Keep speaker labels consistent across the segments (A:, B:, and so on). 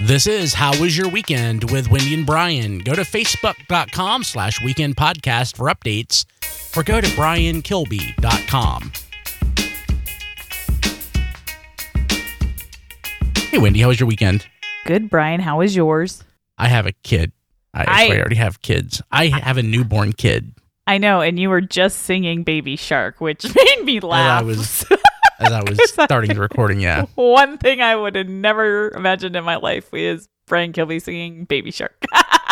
A: This is How Was Your Weekend with Wendy and Brian. Go to facebook.com slash weekend podcast for updates or go to briankilby.com. Hey, Wendy, how was your weekend?
B: Good, Brian. How is yours?
A: I have a kid. I,
B: I-
A: actually already have kids. I have a newborn kid.
B: I know, and you were just singing Baby Shark, which made me laugh.
A: was- As I was
B: I-
A: starting the recording, yeah.
B: One thing I would have never imagined in my life is Brian Kilby singing Baby Shark.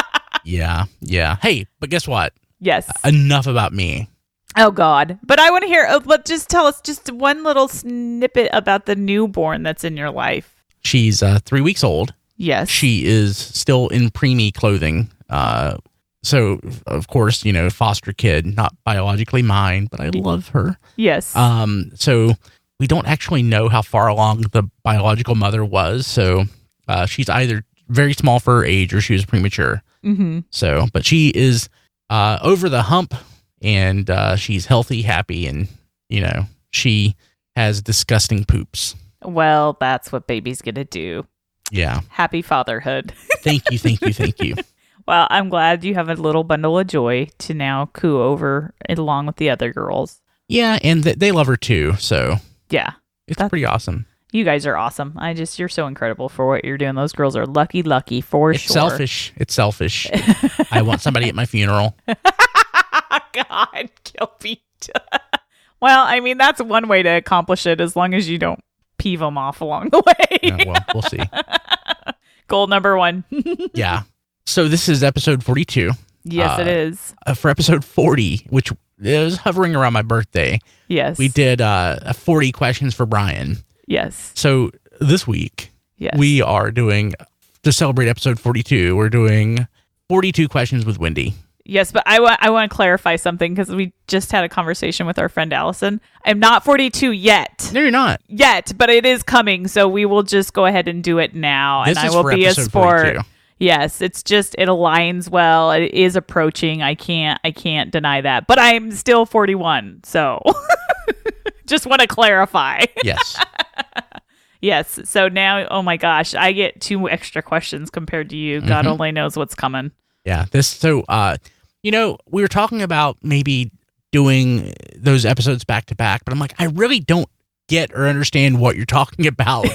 A: Yeah, yeah. Hey, but guess what?
B: yes.
A: Enough about me.
B: oh, God. But I want to hear, oh, but just tell us just one little snippet about the newborn that's in your life.
A: She's uh, three weeks old.
B: Yes.
A: she is still in preemie clothing. Uh, so of course, you know, foster kid, not biologically mine, but I love her.
B: yes.
A: Um, so we don't actually know how far along the biological mother was. So uh, she's either very small for her age or she was premature.
B: hmm
A: So, but she is uh, over the hump and uh, she's healthy, happy, and you know she has disgusting poops.
B: Well, that's what baby's going to do.
A: Yeah.
B: Happy fatherhood.
A: Thank you. Thank you. Thank you.
B: Well, I'm glad you have a little bundle of joy to now coo over along with the other girls.
A: Yeah, and th- they love her too. So
B: Yeah.
A: It's
B: That's-
A: pretty awesome.
B: You guys are awesome. I just you're so incredible for what you're doing. Those girls are lucky, lucky for
A: It's
B: sure.
A: selfish. It's selfish. I want somebody at my funeral.
B: God, Kilby. well, I mean that's one way to accomplish it, as long as you don't peeve them off along the way.
A: Uh, well, we'll see.
B: Goal number one.
A: Yeah. So this is episode 42.
B: yes, it
A: Uh,
B: is.
A: Uh, for episode 40, which is hovering around my birthday,
B: Yes,
A: we did uh, a 40 questions for Brian.
B: Yes,
A: So this week,
B: yes.
A: we are doing, to celebrate episode 42, we're doing 42 questions with Wendy.
B: Yes, but I want I want to clarify something because we just had a conversation with our friend Allison. I'm not 42 yet,
A: No, you're not.
B: yet, but it is coming. So we will just go ahead and do it now,
A: This
B: Oh, and
A: is
B: I will
A: for
B: be a
A: episode
B: sport.
A: 42.
B: Yes, it's just it aligns well. It is approaching. I can't I can't deny that. But I'm still 41, so just want to clarify.
A: Yes.
B: Yes. So now, oh my gosh, I get two extra questions compared to you. God
A: Mhm.
B: only knows what's coming.
A: Yeah. This so uh you know, we were talking about maybe doing those episodes back to back, but I'm like, I really don't get or understand what you're talking about.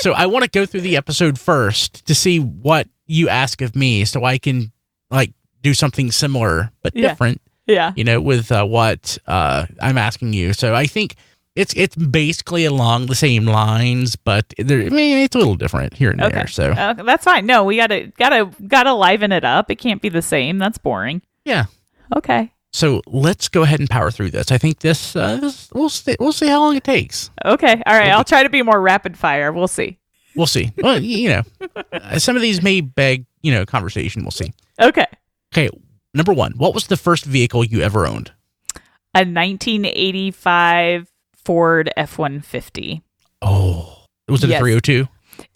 A: so I want to go through the episode first to see what you ask of me so I can like do something similar but
B: Yeah.
A: different,
B: Yeah.
A: you know, with uh, what uh I'm asking you. So I think it's it's basically along the same lines, but there, I mean, it's a little different here and
B: Okay.
A: there. So
B: Uh, that's fine. No, we gotta gotta gotta liven it up. It can't be the same. That's boring.
A: Yeah.
B: Okay.
A: So let's go ahead and power through this. I think this, uh, this we'll see, we'll see how long it takes.
B: Okay. All right.
A: Okay.
B: I'll try to be more rapid fire. We'll see.
A: We'll see. Well, y- you know, uh, some of these may beg you know conversation. We'll see.
B: Okay.
A: Okay, number one, what was the first vehicle you ever owned?
B: A 1985 Ford F150.
A: Oh, was it a
B: Yes.
A: three hundred two?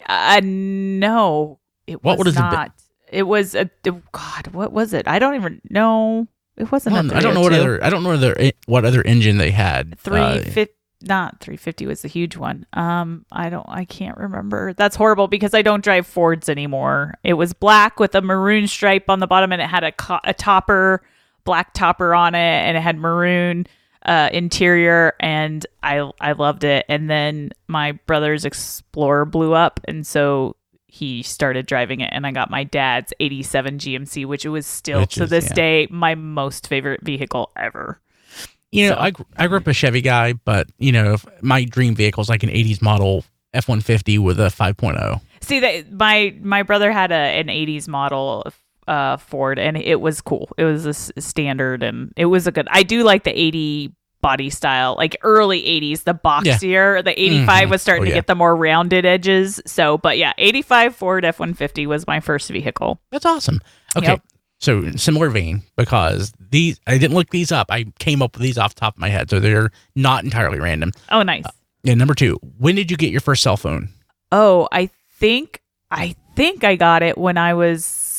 B: Uh, no, it
A: What would
B: was
A: it have been?
B: not. It was a it- God. What was it? I don't even know. It wasn't. a
A: I don't know what
B: 302.
A: other I don't know what other what other engine they had. Uh,
B: 350 not 350 was the huge one um i don't i can't remember that's horrible because i don't drive fords anymore it was black with a maroon stripe on the bottom and it had a, co- a topper black topper on it and it had maroon uh interior and i i loved it and then my brother's explorer blew up and so he started driving it and i got my dad's 87 gmc which it was still
A: Which
B: to
A: is-
B: this
A: yeah.
B: day my most favorite vehicle ever
A: you know,
B: so-
A: I gr- I grew up a Chevy guy, but you know, if my dream vehicle is like an eighties model F one fifty with a five oh.
B: See that my my brother had a an '80s model uh Ford, and it was cool. It was a s- standard, and it was a good. I do like the '80 body style, like early '80s, the boxier. The '85
A: Mhm.
B: was
A: Oh,
B: starting
A: yeah.
B: to get the more rounded edges. So, but yeah, '85 Ford F150 was my first vehicle.
A: That's awesome. Okay.
B: Yep.
A: So in similar vein, because these I didn't look these up. I came up with these off the top of my head, so they're not entirely random.
B: Oh,
A: Uh,
B: nice.
A: And number two, when did you get your first cell phone?
B: Oh, I think I think I got it when I was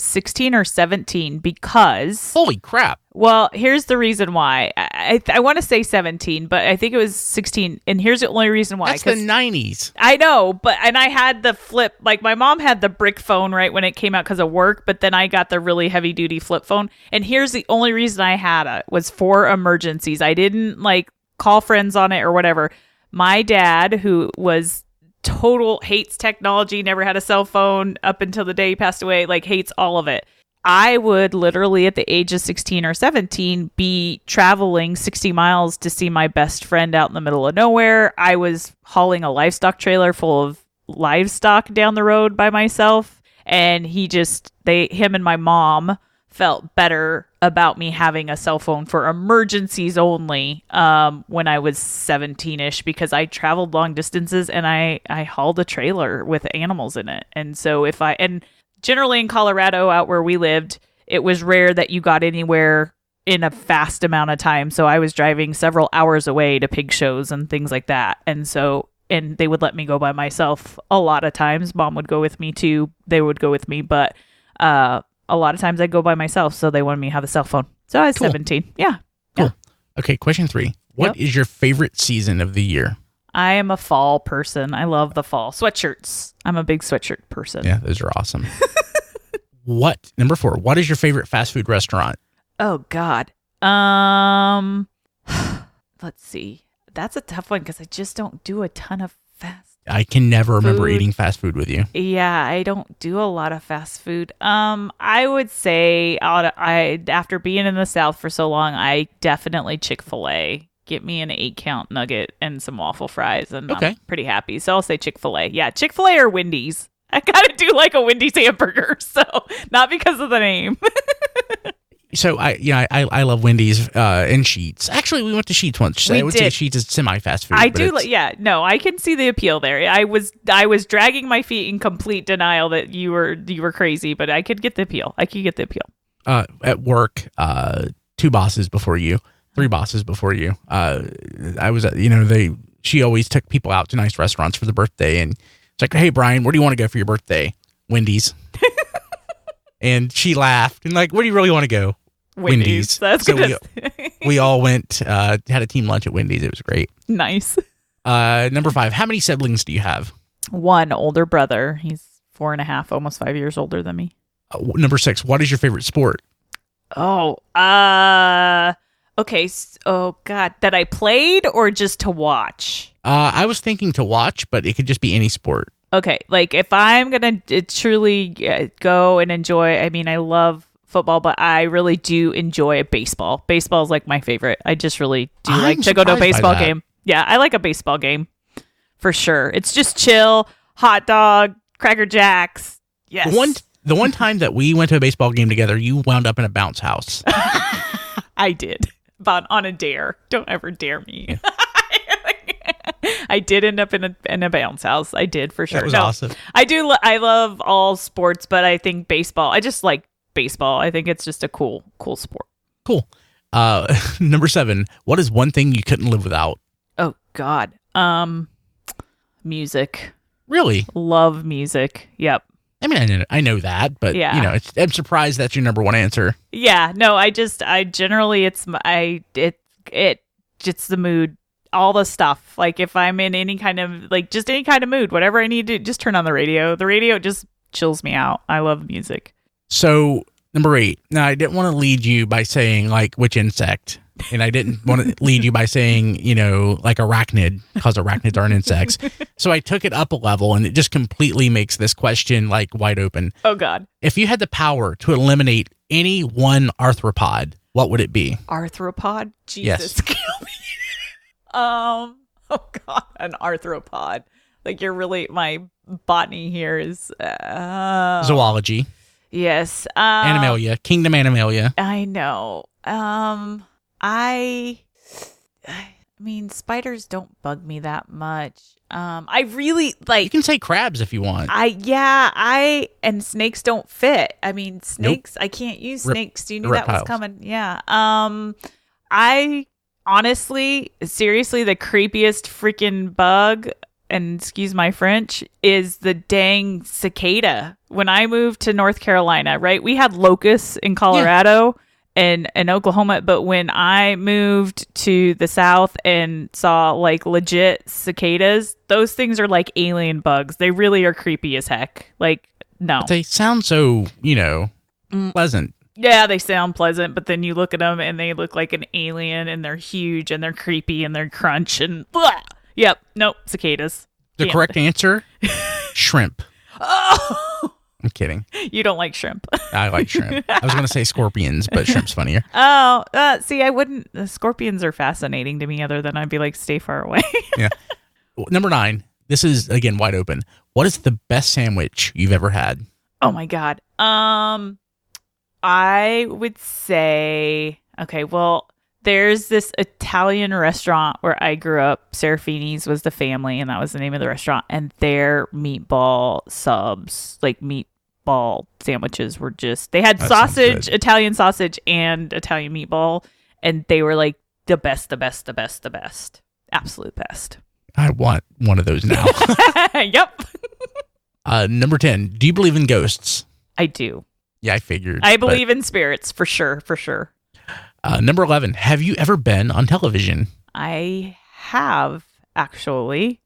B: 16 or 17 because
A: Holy crap.
B: well, here's the reason why. I I, I want to say 17, but I think it was 16. And here's the only reason why.
A: That's the
B: 'cause-
A: 90s.
B: I know, but and I had the flip. Like my mom had the brick phone right when it came out because of work, but then I got the really heavy duty flip phone. And here's the only reason I had it was for emergencies. I didn't like call friends on it or whatever. My dad, who was total hates technology, never had a cell phone up until the day he passed away, like hates all of it. I would literally at the age of 16 or 17 be traveling 60 miles to see my best friend out in the middle of nowhere. I was hauling a livestock trailer full of livestock down the road by myself and he just they him and my mom felt better about me having a cell phone for emergencies only um, when I was 17ish because I traveled long distances and I I hauled a trailer with animals in it. And so if I and generally in Colorado out where we lived, it was rare that you got anywhere in a fast amount of time. So I was driving several hours away to pig shows and things like that. And so and they would let me go by myself a lot of times. Mom would go with me too. They would go with me, but uh a lot of times I go by myself, so they wanted me to have a cell phone. So I was
A: Cool.
B: 17. Yeah.
A: Okay, question three. What is
B: Yep.
A: your favorite season of the year?
B: I am a fall person. I love the fall. Sweatshirts. I'm a big sweatshirt person.
A: Yeah, those are awesome. what number four? What is your favorite fast food restaurant?
B: Oh God. Um let's see. That's a tough one because I just don't do a ton of fast.
A: I can never remember
B: Food.
A: eating fast food with you.
B: Yeah, I don't do a lot of fast food. Um, I would say out I after being in the South for so long, I definitely Chick Fil A. Get me an eight count nugget and some waffle fries, and
A: Okay.
B: I'm pretty happy. So I'll say Chick Fil A. Yeah, Chick Fil A or Wendy's. I gotta do like a Wendy's hamburger, so not because of the name.
A: So I, yeah, I, I love Wendy's uh, and Sheets. Actually, we went to Sheets once. So
B: We
A: I would say
B: did.
A: Sheets is semi fast food.
B: I
A: but
B: do,
A: it's-
B: like, yeah. No, I can see the appeal there. I was I was dragging my feet in complete denial that you were you were crazy, but I could get the appeal. I could get the appeal.
A: uh, at work, uh, two bosses before you, three bosses before you. Uh, I was, at- you know, they. She always took people out to nice restaurants for the birthday, and it's like, hey, Brian, where do you want to go for your birthday? Wendy's. and she laughed and like, where do you really want to go? Wendy's.
B: Wendy's. That's
A: So
B: good.
A: We all went, uh, had a team lunch at Wendy's. It was great.
B: nice.
A: Uh, number five, how many siblings do you have?
B: One older brother. He's four and a half, almost five years older than me.
A: Uh, w- number six, what is your favorite sport?
B: Oh, uh, okay. s- Oh, God. That I played or just to watch?
A: Uh, I was thinking to watch, but it could just be any sport.
B: Okay. Like, if I'm going to truly uh, go and enjoy, I mean, I love football, but I really do enjoy baseball. Baseball is like my favorite. I just really do
A: I'm
B: like to go
A: surprised
B: to a
A: by
B: baseball
A: that.
B: game. Yeah. I like a baseball game for sure. It's just chill, hot dog, Cracker Jacks. Yes.
A: The one, the one time that we went to a baseball game together, you wound up in a bounce house.
B: I did, but on a dare. Don't ever dare me. I did end up in a in a bounce house. I did for sure.
A: That was
B: No,
A: awesome.
B: I do. Lo- I love all sports, but I think baseball. I just like baseball. I think it's just a cool, cool sport.
A: Cool. Uh, number seven. What is one thing you couldn't live without?
B: Oh God. Um, music.
A: Really?
B: Love music. Yep.
A: I mean, I know, I know that, but
B: Yeah.
A: you know, it's, I'm surprised that's your number one answer.
B: Yeah, no, I just I generally it's my I it it it's the mood, all the stuff. Like if I'm in any kind of like just any kind of mood, whatever I need to just turn on the radio. The radio just chills me out. I love music.
A: So number eight. Now, I didn't want to lead you by saying like which insect, and I didn't want to lead you by saying you know like arachnid because arachnids aren't insects. So I took it up a level, and it just completely makes this question like wide open.
B: Oh god.
A: If you had the power to eliminate any one arthropod, what would it be?
B: Arthropod?
A: Yes.
B: Jesus. kill me. um oh god, an arthropod. Like you're really my botany here is uh
A: Zoology,
B: Yes. Um
A: Animalia, Kingdom Animalia.
B: I know. Um, I, I mean, spiders don't bug me that much. Um, I really
A: You
B: like.
A: can say crabs if you want.
B: I yeah. I and snakes don't fit. I mean, snakes. I can't use
A: Rep-
B: snakes. You knew that was
A: reptiles.
B: coming. Yeah. Um, I honestly, seriously, the creepiest freaking bug and excuse my French, is the dang cicada. When I moved to North Carolina, right, we had locusts in Colorado and and Oklahoma, but when I moved to the South and saw like legit cicadas, those things are like alien bugs. They really are creepy as heck. Like no,
A: They sound so, you know,
B: Mm.
A: pleasant.
B: yeah, they sound pleasant, but then you look at them and they look like an alien, and they're huge and they're creepy and they're crunch and blah. Yep, nope, cicadas.
A: The
B: Yeah.
A: correct answer shrimp.
B: Oh,
A: I'm kidding.
B: you don't like shrimp.
A: I like shrimp. I was going to say scorpions, but shrimp's funnier.
B: Oh, uh, see, I wouldn't. The scorpions are fascinating to me. Other than I'd be like, stay far away.
A: Number nine. This is, again, wide open. What is the best sandwich you've ever had?
B: oh my god. Um, I would say okay. Well, there's this Italian restaurant where I grew up. Serafini's was the family, and that was the name of the restaurant. And their meatball subs, like meatball sandwiches, were just they had
A: That sounds
B: sausage, Italian sausage, and Italian meatball, and they were like the best, the best, the best, the best, absolute best.
A: I want one of those now.
B: yep.
A: uh, number 10. Do you believe in ghosts?
B: I do.
A: Yeah, I figured.
B: I
A: but-
B: believe in spirits for sure, for sure.
A: uh, number 11. Have you ever been on television?
B: I have actually.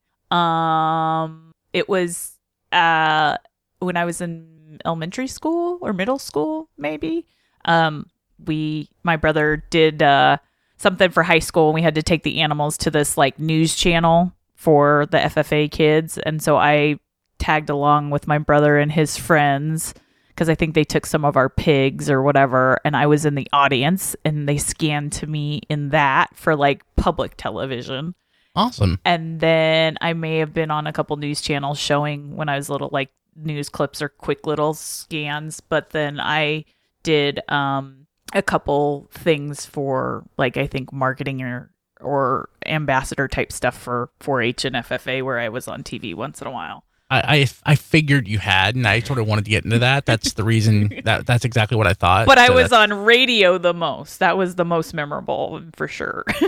B: Um it was uh when I was in elementary school or middle school maybe. Um we my brother did uh something for high school and we had to take the animals to this like news channel for the FFA kids and so I tagged along with my brother and his friends because I think they took some of our pigs or whatever and I was in the audience and they scanned to me in that for like public television
A: Awesome.
B: and then I may have been on a couple news channels showing when I was little, like news clips or quick little scans. But then I did um, a couple things for, like, I think marketing or or ambassador type stuff for 4-H and FFA, where I was on TV once in a while.
A: I, I, I figured you had, and I sort of wanted to get into that. That's the reason that that's exactly what I thought.
B: But I
A: So
B: was
A: that's-
B: on radio the most. That was the most memorable for sure.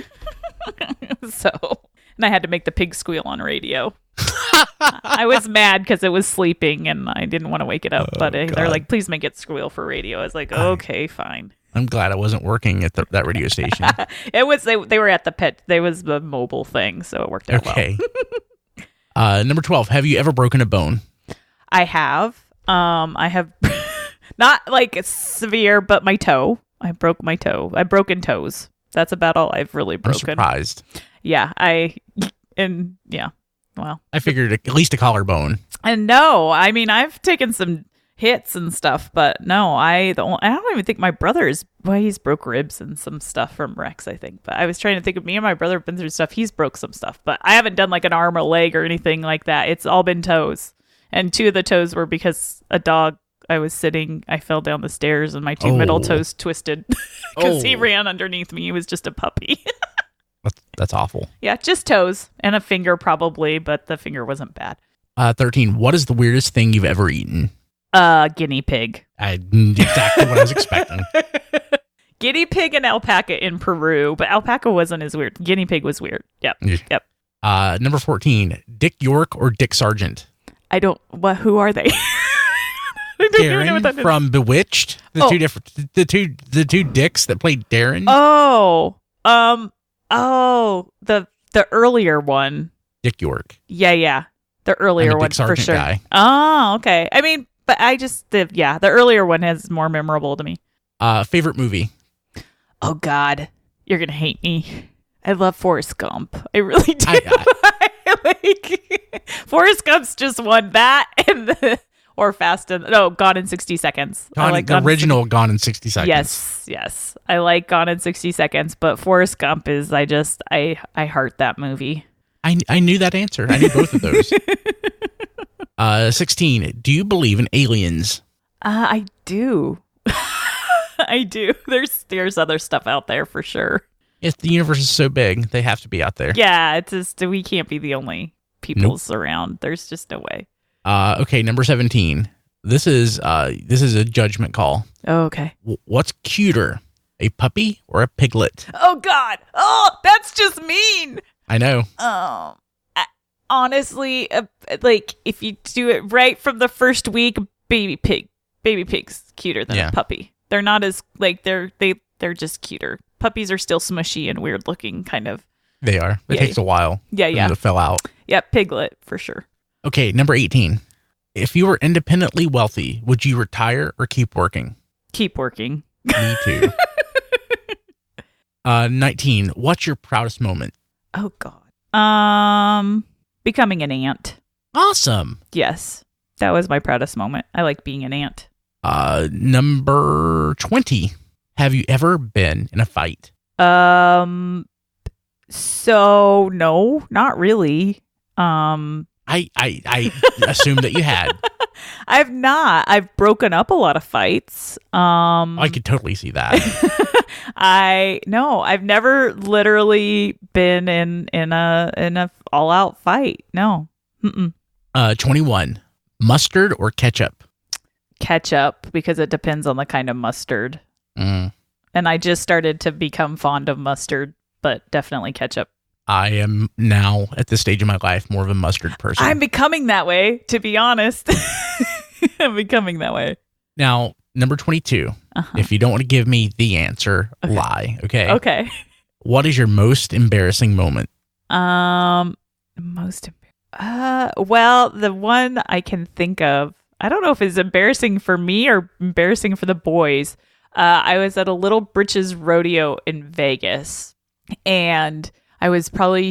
B: so, and I had to make the pig squeal on radio. I was mad because it was sleeping and I didn't want to wake it up.
A: Oh,
B: but eh, they're
A: God.
B: like, please make it squeal for radio. I was like, okay, fine.
A: I'm glad I wasn't working at the, that radio station.
B: It was they, they were at the pet. They was the mobile thing, so it worked out well.
A: okay. uh, number 12. Have you ever broken a bone?
B: I have, um, I have not like severe, but my toe. I broke my toe. I've broken toes. That's about all I've really
A: I'm
B: broken.
A: surprised.
B: yeah, I and yeah, well,
A: I figured at least a collarbone.
B: and no, I mean I've taken some hits and stuff, but no, I the only, I don't even think my brother's well, he's broke ribs and some stuff from Rex, I think. But I was trying to think of me and my brother have been through stuff. He's broke some stuff, but I haven't done like an arm or leg or anything like that. It's all been toes, and two of the toes were because a dog. I was sitting, I fell down the stairs and my two middle
A: Oh.
B: toes twisted because he
A: Oh.
B: ran underneath me. He was just a puppy.
A: That's, that's awful.
B: Yeah, just toes and a finger probably, but the finger wasn't bad.
A: Uh, 13. What is the weirdest thing you've ever eaten?
B: Uh, guinea pig.
A: I, exactly what I was expecting.
B: Guinea pig and alpaca in Peru, but alpaca wasn't as weird. Guinea pig was weird. Yep.
A: Yeah.
B: Yep.
A: Uh, number 14. Dick York or Dick Sargent?
B: I don't what who are they? I don't even know
A: Darren
B: what that is.
A: from Bewitched. The
B: Oh.
A: two different, the two, the two dicks that played Darren.
B: Oh. Um oh, the the earlier one.
A: Dick York.
B: Yeah, yeah. The
A: I'm a
B: earlier
A: Dick
B: one for
A: Sargent
B: sure.
A: guy.
B: Oh, okay. I mean, but I just the yeah, the earlier one is more memorable to me.
A: Uh, favorite movie?
B: Oh God, you're gonna hate me. I love Forrest Gump. I really do.
A: I-
B: like Forrest Gump's just won that and the, or Fast and no Gone in sixty seconds. I
A: Gone,
B: like
A: the
B: Gone in
A: original Gone in 60
B: 60
A: Seconds.
B: Yes, yes. I like Gone in sixty seconds, but Forrest Gump is I just I I heart that movie.
A: I, I knew that answer. I knew both of those. uh, 16. Do you believe in aliens?
B: Uh, I do. I do. There's there's other stuff out there for sure.
A: If the universe is so big, they have to be out there.
B: Yeah, it's just we can't be the only peoples around. There's just no way.
A: Uh, okay, number 17. This is uh, this is a judgment call.
B: Oh, okay.
A: W- what's cuter, a puppy or a piglet?
B: Oh God! Oh, that's just mean.
A: I know.
B: Um, I, honestly, uh, like if you do it right from the first week, baby pig, baby pig's cuter than
A: Yeah.
B: a puppy. They're not as like they're they they're just cuter. Puppies are still smushy and weird looking, kind of.
A: They are. It
B: Yeah.
A: takes a while
B: Yeah,
A: for
B: yeah,
A: them to fill out.
B: yeah. Piglet for sure.
A: Okay, number 18. If you were independently wealthy, would you retire or keep working?
B: Keep working.
A: Me too. uh, 19. What's your proudest moment?
B: Oh God. Um, becoming an aunt.
A: Awesome.
B: Yes, that was my proudest moment. I like being an aunt.
A: Uh, number 20. Have you ever been in a fight?
B: Um, so no, not really. Um,
A: I, I, I assume that you had.
B: I've not. I've broken up a lot of fights. Um,
A: I could totally see that.
B: I no, I've never literally been in in a in a all out fight. No, Mm-mm.
A: Uh, 21. Mustard or ketchup?
B: ketchup because it depends on the kind of mustard.
A: Mm,
B: And I just started to become fond of mustard, but definitely ketchup.
A: I am now at this stage of my life more of a mustard person.
B: I'm becoming that way, to be honest. I'm becoming that way.
A: now, number 22.
B: Uh-huh.
A: If you don't want to give me the answer, lie. Okay?
B: Okay.
A: What is your most embarrassing moment?
B: Um, most embar- uh, well, the one I can think of, I don't know if it's embarrassing for me or embarrassing for the boys. Uh, I was at a little britches rodeo in Vegas, and I was probably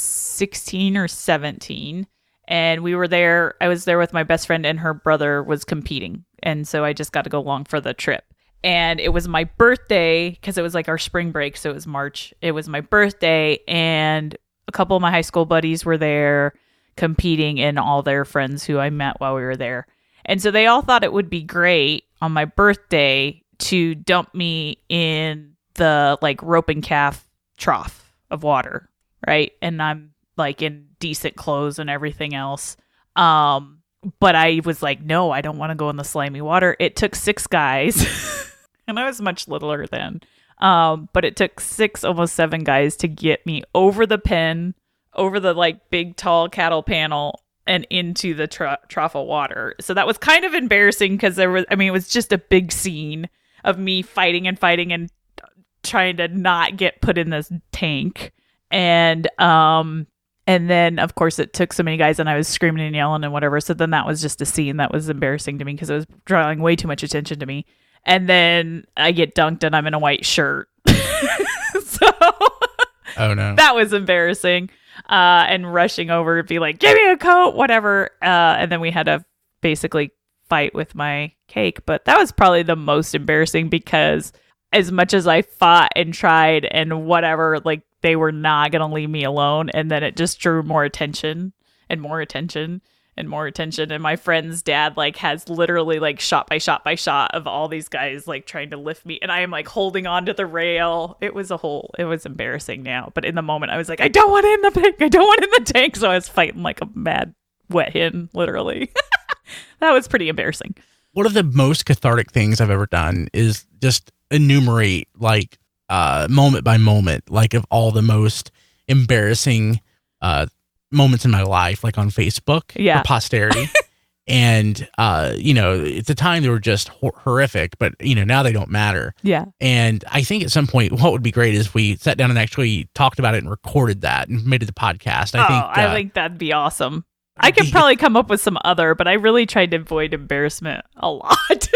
B: sixteen or seventeen, and we were there. I was there with my best friend, and her brother was competing, and so I just got to go along for the trip and it was my birthday because it was like our spring break so it was march it was my birthday and a couple of my high school buddies were there competing and all their friends who i met while we were there and so they all thought it would be great on my birthday to dump me in the like rope and calf trough of water right and i'm like in decent clothes and everything else um but I was like, no, I don't want to go in the slimy water. It took six guys, and I was much littler then. Um, but it took six, almost seven guys to get me over the pen, over the like big tall cattle panel, and into the tro- trough of water. So that was kind of embarrassing because there was, I mean, it was just a big scene of me fighting and fighting and trying to not get put in this tank. And um, and then, of course, it took so many guys, and I was screaming and yelling and whatever. So then that was just a scene that was embarrassing to me because it was drawing way too much attention to me. And then I get dunked, and I'm in a white shirt. so
A: Oh no.
B: that was embarrassing. Uh, and rushing over to be like, give me a coat, whatever. Uh, and then we had a basically fight with my cake. But that was probably the most embarrassing because as much as I fought and tried and whatever, like they were not going to leave me alone. And then it just drew more attention and more attention and more attention and my friend's dad like has literally like shot by shot by shot of all these guys like trying to lift me and i am like holding on to the rail it was a whole it was embarrassing now but in the moment i was like i don't want in the tank i don't want in the tank so i was fighting like a mad wet hen literally that was pretty embarrassing
A: One of the most cathartic things I've ever done is just enumerate like uh moment by moment, like of all the most embarrassing uh moments in my life, like on Facebook
B: Yeah.
A: for posterity. and uh, you know, at the time they were just hor- horrific, but you know, now they don't matter.
B: yeah
A: And I think at some point, what would be great is we sat down and actually talked about it and recorded that and made it a podcast. I
B: oh
A: think
B: i
A: uh,
B: think that'd be awesome i could
A: the-
B: probably come up with some other but i really tried to avoid embarrassment a lot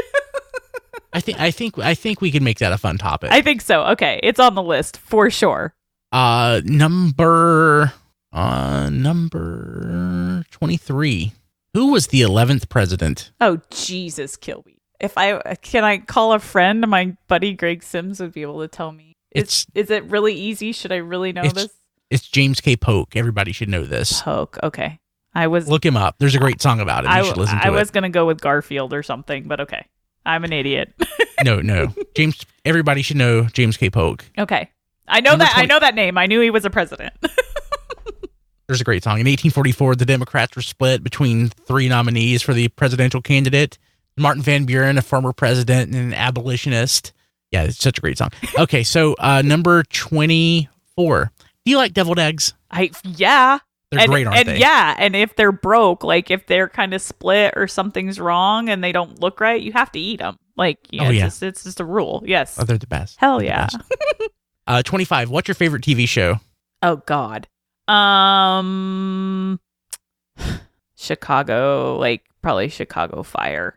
A: I think I think I think we can make that a fun topic.
B: i think so okay it's on the list for sure
A: uh number uh number 23. Who was the 11th president?
B: Oh Jesus, kill me! If I can, I call a friend. My buddy Greg Sims would be able to tell me. Is
A: It's
B: is it really easy? Should I really know
A: It's-
B: this?
A: it's James K Polk. Everybody should know this.
B: Poke. Okay, I was
A: Look him up. There's a great song about it. You
B: I,
A: should listen to
B: I
A: it.
B: was gonna go with Garfield or something, but okay, I'm an idiot.
A: No, no. James everybody should know James K Polk.
B: okay, I know
A: Number
B: that I
A: 20
B: know that name. I knew he was a president.
A: There's a great song. In 1844, the Democrats were split between three nominees for the presidential candidate Martin Van Buren, a former president and an abolitionist. Yeah, it's such a great song. Okay, so uh, number 24. Do you like deviled eggs?
B: I yeah,
A: They're
B: and,
A: great, aren't
B: and
A: they?
B: yeah, and if they're broke, like if they're kind of split or something's wrong and they don't look right, you have to eat them. Like, yeah,
A: Oh,
B: it's,
A: yeah.
B: Just, it's just a rule. Yes.
A: Oh, they're the best.
B: Hell
A: They're the
B: yeah.
A: best. uh, 25. What's your favorite TV show?
B: Oh God. Um, Chicago, like probably Chicago Fire.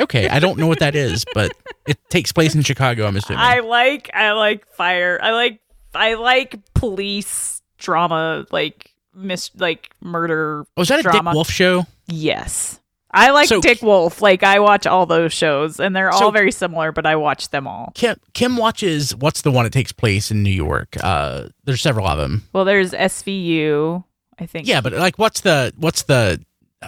A: Okay, I don't know what that is, but it takes place in Chicago, I'm assuming.
B: I like I like fire. I like I like police drama, like mis like murder.
A: Was Oh, that a
B: drama.
A: Dick Wolf show?
B: Yes. I like
A: So-
B: Dick Wolf. Like I watch all those shows and they're
A: So-
B: all very similar, but I watch them all.
A: Kim Kim watches what's the one that takes place in New York? Uh, there's several of them.
B: Well, there's SVU, I think.
A: Yeah, but like, what's the what's the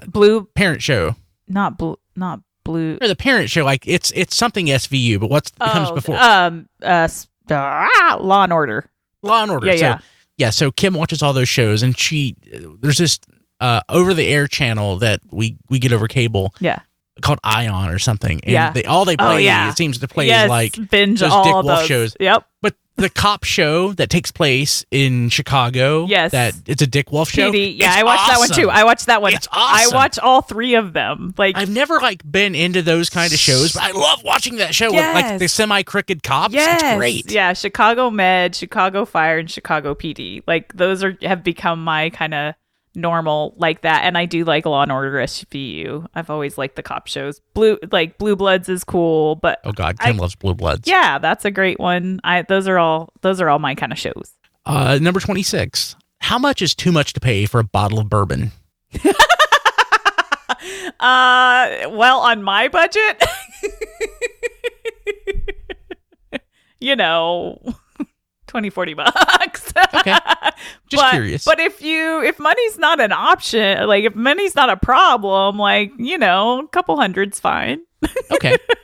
B: Blue
A: parent show
B: not blue not blue
A: or the parent show? Like, it's it's something SVU, but what's that comes
B: Oh,
A: before
B: um uh s- ah, Law and Order.
A: Law and Order?
B: Yeah,
A: so,
B: yeah.
A: yeah. So Kim watches all those shows, and she there's this uh, over the air channel that we we get over cable.
B: Yeah.
A: called Ion or something. And
B: Yeah.
A: they, all they
B: Oh,
A: play
B: yeah.
A: it seems to play
B: yes,
A: is like
B: binge
A: those
B: all
A: Dick
B: of
A: Wolf
B: those.
A: shows.
B: Yep.
A: But the cop show that takes place in Chicago,
B: Yes.
A: that it's a Dick Wolf show.
B: PD. Yeah,
A: it's
B: I watched that one
A: awesome.
B: too. I watched that one.
A: it's awesome.
B: I watch all three of them. Like
A: I've never like been into those kind of shows, but I love watching that show with like
B: Yes.
A: the semi crooked cops.
B: yes,
A: It's great.
B: Yeah, Chicago Med, Chicago Fire, and Chicago PD. Like those are have become my kind of normal like that. And I do like Law and Order SVU. I've always liked the cop shows. Blue like Blue Bloods is cool, but
A: Oh God, Kim loves Blue Bloods.
B: yeah, that's a great one. I those are all those are all my kind of shows.
A: Uh, number twenty six. How much is too much to pay for a bottle of bourbon?
B: uh, well, on my budget, you know, 20, 40 bucks.
A: Okay. Just
B: but,
A: curious.
B: But if you, if money's not an option, like if money's not a problem, like, you know, a couple hundred's fine.
A: Okay.
B: if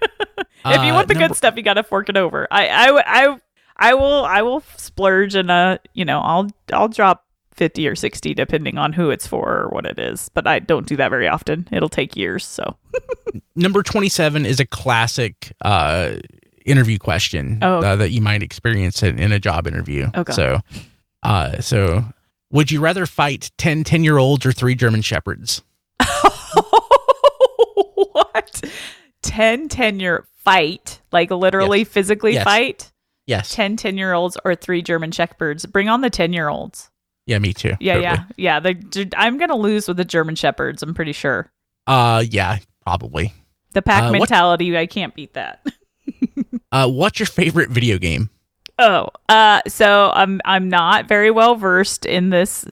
A: Uh,
B: you want the good stuff, you got to fork it over. I, I, w- I, I will, I will splurge and, uh, you know, I'll, I'll drop 50 or 60 depending on who it's for or what it is. But I don't do that very often. It'll take years. So.
A: number 27 is a classic uh, interview question
B: Oh.
A: uh, that you might experience in, in a job interview.
B: Oh, God.
A: So, uh, so would you rather fight 10 10 year olds or three German Shepherds?
B: what? 10 10 year fight, like literally physically
A: Yes.
B: fight.
A: Yes.
B: 10 10 year olds or three German Shepherds. Bring on the 10 year olds.
A: Yeah, me too.
B: Yeah,
A: Totally.
B: yeah, yeah. The, d- I'm going to lose with the German Shepherds, I'm pretty sure.
A: Uh, yeah, probably.
B: The pack
A: Uh, what-
B: mentality, I can't beat that.
A: Uh, what's your favorite video game?
B: Oh, uh, so I'm I'm not very well versed in this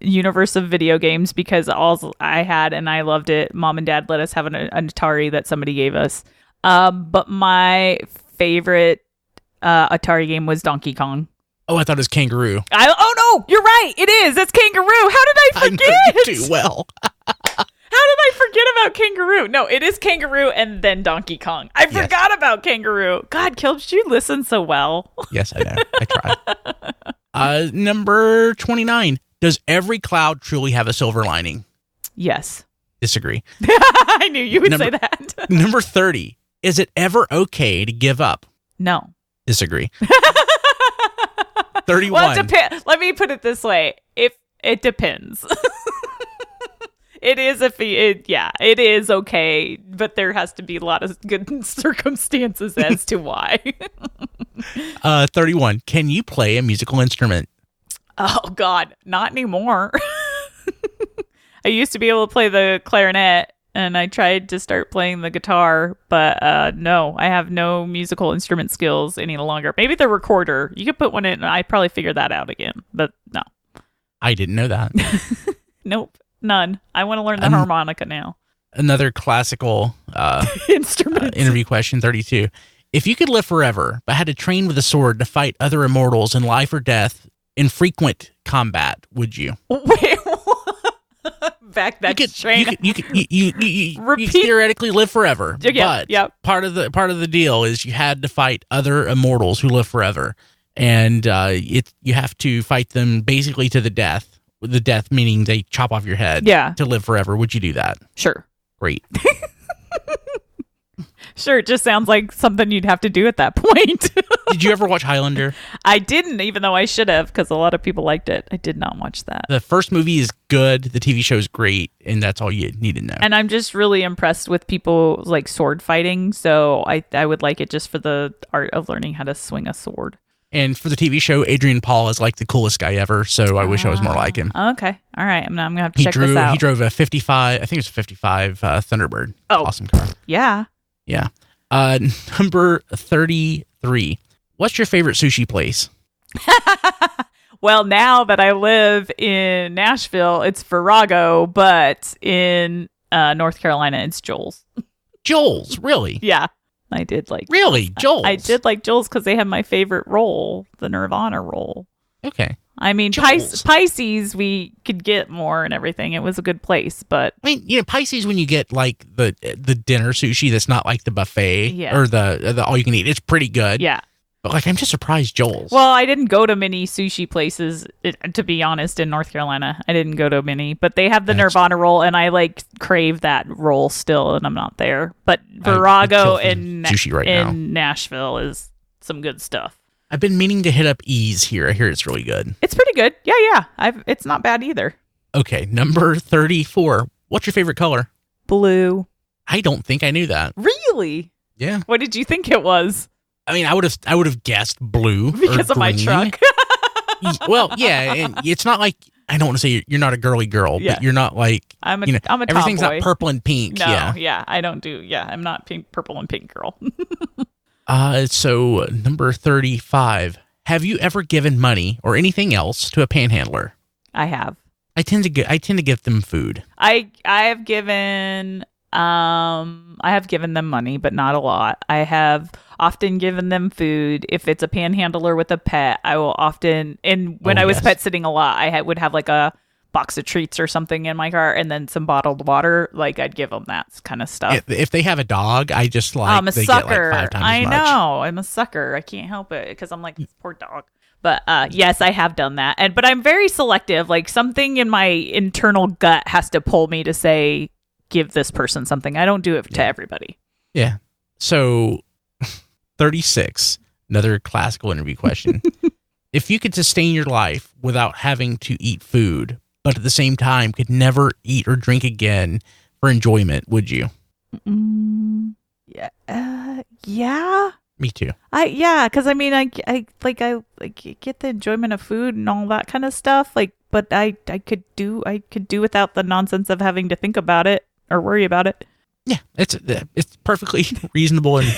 B: universe of video games because all I had and I loved it. Mom and Dad let us have an, an Atari that somebody gave us. Um, but my favorite uh, Atari game was Donkey Kong.
A: Oh, I thought it was Kangaroo.
B: I oh no, you're right. It is. It's Kangaroo. How did I
A: I
B: forget?
A: know you too well.
B: How did I forget about Kangaroo? No, it is Kangaroo and then Donkey Kong. I
A: Yes.
B: forgot about Kangaroo. God, Kilps, you listen so well.
A: Yes, I know. I try. Uh, number 29. Does every cloud truly have a silver lining?
B: Yes.
A: Disagree.
B: I knew you would
A: Number-
B: say that.
A: Number 30. Is it ever okay to give up?
B: No.
A: Disagree. 31.
B: Well, it depends. Let me put it this way: if it depends, it is if he- it, yeah, it is okay, but there has to be a lot of good circumstances as to why.
A: uh, 31. Can you play a musical instrument?
B: oh God, not anymore. I used to be able to play the clarinet, and I tried to start playing the guitar, but uh, no, I have no musical instrument skills any longer. Maybe the recorder. You could put one in. I probably figure that out again, but no.
A: I didn't know that.
B: Nope, none. I want to learn the
A: I'm-
B: harmonica now.
A: Another classical uh, uh,
B: Instrument.
A: interview question 32. If you could live forever, but had to train with a sword to fight other immortals in life or death in frequent combat, would you?
B: Wait, what? back that
A: you could,
B: train.
A: You could, you, could, you, you, you, you- you
B: Repeat-
A: theoretically live forever.
B: Yeah, yeah,
A: but
B: yeah.
A: part of the part of the deal is you had to fight other immortals who live forever, and uh, it you have to fight them basically to the death. The death meaning they chop off your head.
B: yeah,
A: To live forever, would you do that?
B: sure.
A: Great.
B: Sure, it just sounds like something you'd have to do at that point.
A: Did you ever watch Highlander?
B: I didn't, even though I should have, because a lot of people liked it. I did not watch that.
A: The first movie is good. The TV show is great, and that's all you need to know.
B: And I'm just really impressed with people like sword fighting. So I, I would like it just for the art of learning how to swing a sword.
A: And for the TV show, Adrian Paul is like the coolest guy ever. So I wish I was more like him.
B: Okay. All right. I'm, I'm going to have to
A: Hmm. He
B: Ah, check
A: drew.
B: this out.
A: He drove a 55. I think it was a 55 uh, Thunderbird.
B: Oh.
A: awesome car.
B: yeah.
A: Yeah. Uh, number 33. What's your favorite sushi place?
B: well, now that I live in Nashville, it's Virago, but in uh, North Carolina, it's Joel's.
A: Joel's. Really?
B: Yeah. I did like
A: Really? Joel's.
B: I did like Joel's because they had my favorite role, the Nirvana role.
A: Okay.
B: I mean, Pis-
A: Joel's.
B: Pisces, we could get more and everything. It was a good place, but
A: I mean, you know, Pisces when you get like the the dinner sushi that's not like the buffet
B: Yeah.
A: or the the all you can eat, it's pretty good.
B: yeah.
A: But like, I'm just surprised Joel's.
B: Well, I didn't go to many sushi places, it- to be honest, in North Carolina. I didn't go to many, but they have the
A: That's-
B: Nirvana roll, and I like crave that roll still, and I'm not there. But
A: I would
B: Virago
A: kill for
B: in, Na-
A: sushi right now.
B: in Nashville is some good stuff.
A: I've been meaning to hit up Ease here. I hear it's really good.
B: It's pretty good. Yeah, yeah. I've, it's not bad either.
A: Okay, number 34. What's your favorite color?
B: Blue.
A: I don't think I knew that.
B: Really?
A: Yeah.
B: What did you think it was?
A: I mean, I would have I would have guessed blue or
B: Because of my
A: green.
B: truck.
A: Y- well, yeah, and it's not like I don't want to say you're, you're not a girly girl,
B: Yeah.
A: but you're not like
B: I'm a,
A: You know,
B: am a
A: everything's
B: tomboy.
A: not purple and pink.
B: No,
A: Yeah.
B: I don't do. Yeah, I'm not pink, purple and pink girl.
A: Uh, so uh, number 35. Have you ever given money or anything else to a panhandler?
B: I have.
A: I tend to gi- I tend to give them food.
B: I I have given um I have given them money, but not a lot. I have often given them food. If it's a panhandler with a pet, I will often and when
A: Oh,
B: I was
A: yes.
B: pet sitting a lot, I had, would have like a box of treats or something in my car and then some bottled water. Like I'd give them that kind of stuff.
A: If, if they have a dog, I just like
B: I'm a
A: they get
B: sucker.
A: like five times
B: I
A: as much.
B: know. I'm a sucker. I can't help it because I'm like this poor dog. But uh, yes, I have done that, and but I'm very selective. Like something in my internal gut has to pull me to say, give this person something. I don't do it to
A: Yeah.
B: everybody.
A: Yeah. So 36, another classical interview question. if you could sustain your life without having to eat food, but at the same time could never eat or drink again for enjoyment, would you?
B: Mm, yeah, uh, yeah.
A: Me too.
B: I yeah, because I mean, I, I like I like get the enjoyment of food and all that kind of stuff. Like, but I I could do I could do without the nonsense of having to think about it or worry about it.
A: Yeah, it's uh, it's perfectly reasonable and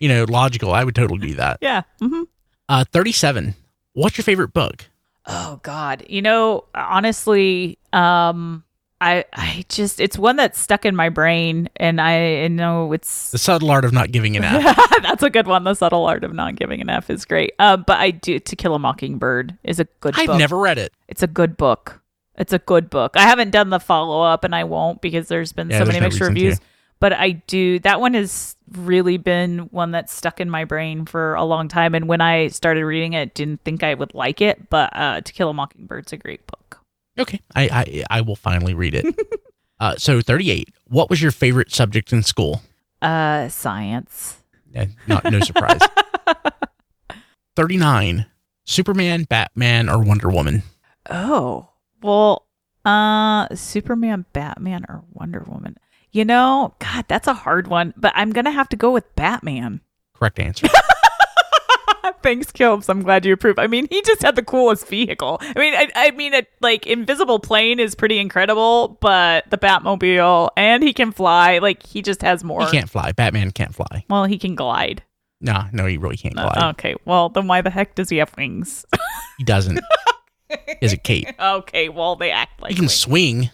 A: you know logical. I would totally do that.
B: Yeah. hmm
A: Uh, Thirty-seven. What's your favorite book?
B: Oh God, you know, honestly, um, I I just it's one that's stuck in my brain, and I, I know it's
A: The Subtle Art of Not Giving an F.
B: that's a good one. The subtle art of not giving an F is great. Um, but I do To Kill a Mockingbird is a good.
A: I've
B: book.
A: never read it.
B: It's a good book. It's a good book. I haven't done the follow up, and I won't because there's been
A: Yeah,
B: so
A: there's
B: many
A: no
B: mixed
A: reason to.
B: reviews. But I do. That one has really been one that's stuck in my brain for a long time. And when I started reading it, didn't think I would like it. But uh, To Kill a Mockingbird's a great book.
A: Okay, I I, I will finally read it. uh, so thirty-eight. What was your favorite subject in school?
B: Uh, science.
A: Eh, Not no surprise. Thirty-nine. Superman, Batman, or Wonder Woman?
B: Oh well, uh, Superman, Batman, or Wonder Woman. You know, God, that's a hard one. But I'm gonna have to go with Batman.
A: Correct answer.
B: Thanks, Kilps. I'm glad you approve. I mean, he just had the coolest vehicle. I mean, I, I mean, it, like invisible plane is pretty incredible, but the Batmobile and he can fly. Like he just has more.
A: he can't fly. Batman can't fly.
B: Well, he can glide.
A: Nah, no, he really can't
B: No,
A: fly.
B: okay. Well, then why the heck does he have wings?
A: he doesn't. Is a cape.
B: okay. Well, they act like
A: He can
B: wings.
A: swing.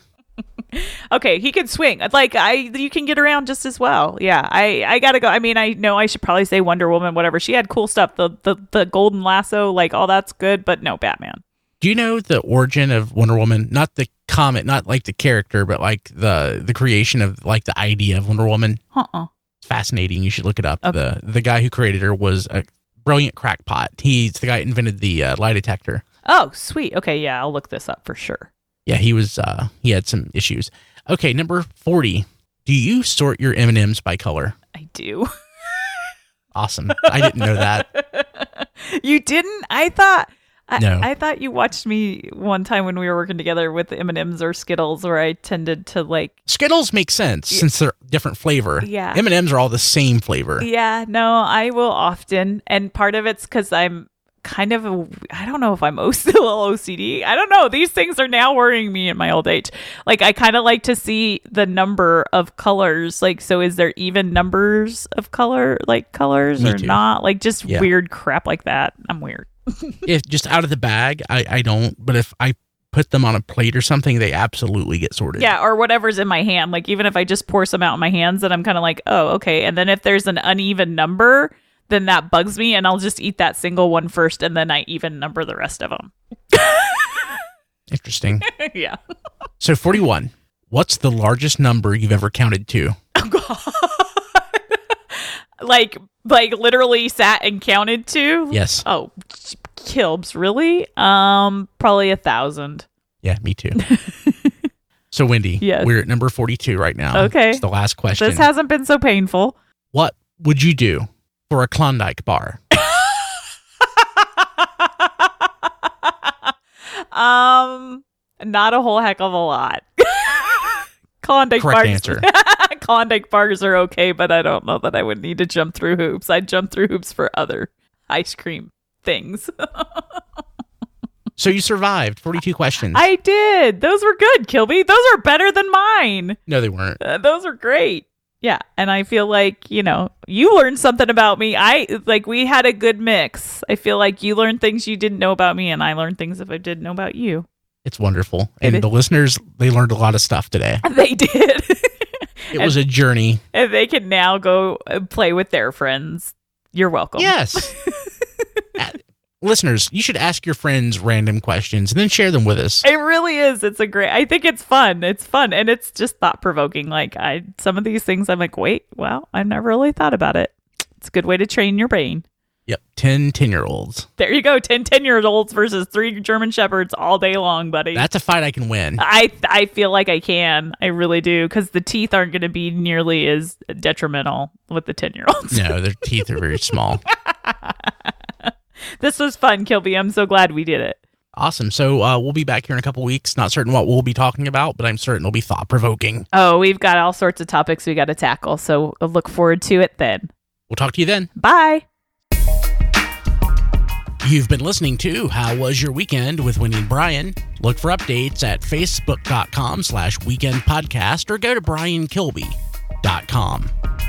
B: Okay, he can swing. Like I, you can get around just as well. Yeah, I, I gotta go. I mean, I know I should probably say Wonder Woman, whatever. She had cool stuff. The, the, the golden lasso, like all that's good. But no, Batman.
A: Do you know the origin of Wonder Woman? Not the comet, not like the character, but like the the creation of like the idea of Wonder Woman.
B: Uh uh
A: It's fascinating. You should look it up.
B: Okay.
A: The the guy who created her was a brilliant crackpot. He's the guy that invented the uh, lie detector.
B: Oh, sweet. Okay, yeah, I'll look this up for sure.
A: Yeah, he was. Uh, he had some issues. Okay, number forty. Do you sort your M and M's by color?
B: I do.
A: Awesome. I didn't know that.
B: you didn't? I thought. I,
A: No.
B: I thought you watched me one time when we were working together with M and M's or Skittles, where I tended to like.
A: Skittles make sense since they're different flavor.
B: Yeah.
A: M and M's are all the same flavor.
B: Yeah, no, I will often, and part of it's because I'm kind of a. I don't know if I'm o- still OCD. I don't know. These things are now worrying me in my old age. Like I kind of like to see the number of colors. Like, so is there even numbers of color, like colors,
A: Me
B: or
A: too.
B: not? Like just
A: Yeah.
B: weird crap like that. I'm weird.
A: If just out of the bag, I I don't. But if I put them on a plate or something, they absolutely get sorted.
B: Yeah, or whatever's in my hand. Like even if I just pour some out in my hands, then I'm kind of like, oh, okay. And then if there's an uneven number, then that bugs me, and I'll just eat that single one first, and then I even number the rest of them.
A: Interesting.
B: yeah.
A: so forty one. What's the largest number you've ever counted to?
B: Oh god. like like literally sat and counted to.
A: Yes.
B: Oh, kilbs really? Um, probably a thousand.
A: Yeah, me too. so Wendy,
B: Yes.
A: we're at number forty two right now.
B: Okay.
A: It's the last question.
B: This hasn't been so painful.
A: what would you do for a Klondike bar?
B: um, not a whole heck of a lot. Klondike
A: Correct
B: bars.
A: answer.
B: Klondike bars are okay, but I don't know that I would need to jump through hoops. I'd jump through hoops for other ice cream things.
A: so you survived forty two questions.
B: I did. Those were good, Kilby. Those are better than mine.
A: no, they weren't.
B: Uh, those are great. Yeah, and I feel like, you know, you learned something about me. I like we had a good mix. I feel like you learned things you didn't know about me and I learned things if I didn't know about you.
A: It's wonderful.
B: It
A: And
B: is-
A: the listeners, they learned a lot of stuff today.
B: They did.
A: It was a journey.
B: and they can now go uh, play with their friends. You're welcome.
A: Yes. Uh, listeners, you should ask your friends random questions and then share them with us.
B: It really is. It's a great. I think it's fun. It's fun and it's just thought provoking. Like I some of these things I'm like, "Wait, well, I've never really thought about it." It's a good way to train your brain.
A: Yep. 10 10 year olds.
B: There you go. 10 10 year olds versus three German shepherds all day long, buddy.
A: That's a fight I can win.
B: I I feel like I can. I really do cuz the teeth aren't going to be nearly as detrimental with the 10 year olds.
A: No, their teeth are very small.
B: This was fun, Kilby. I'm so glad we did it.
A: Awesome. So uh, we'll be back here in a couple weeks. Not certain what we'll be talking about, but I'm certain it'll be thought provoking.
B: Oh, we've got all sorts of topics we got to tackle, so look forward to it then.
A: We'll talk to you then.
B: Bye.
A: You've been listening to How Was Your Weekend with Wendy and Brian. Look for updates at facebook.com slash weekend podcast or go to briankilby.com.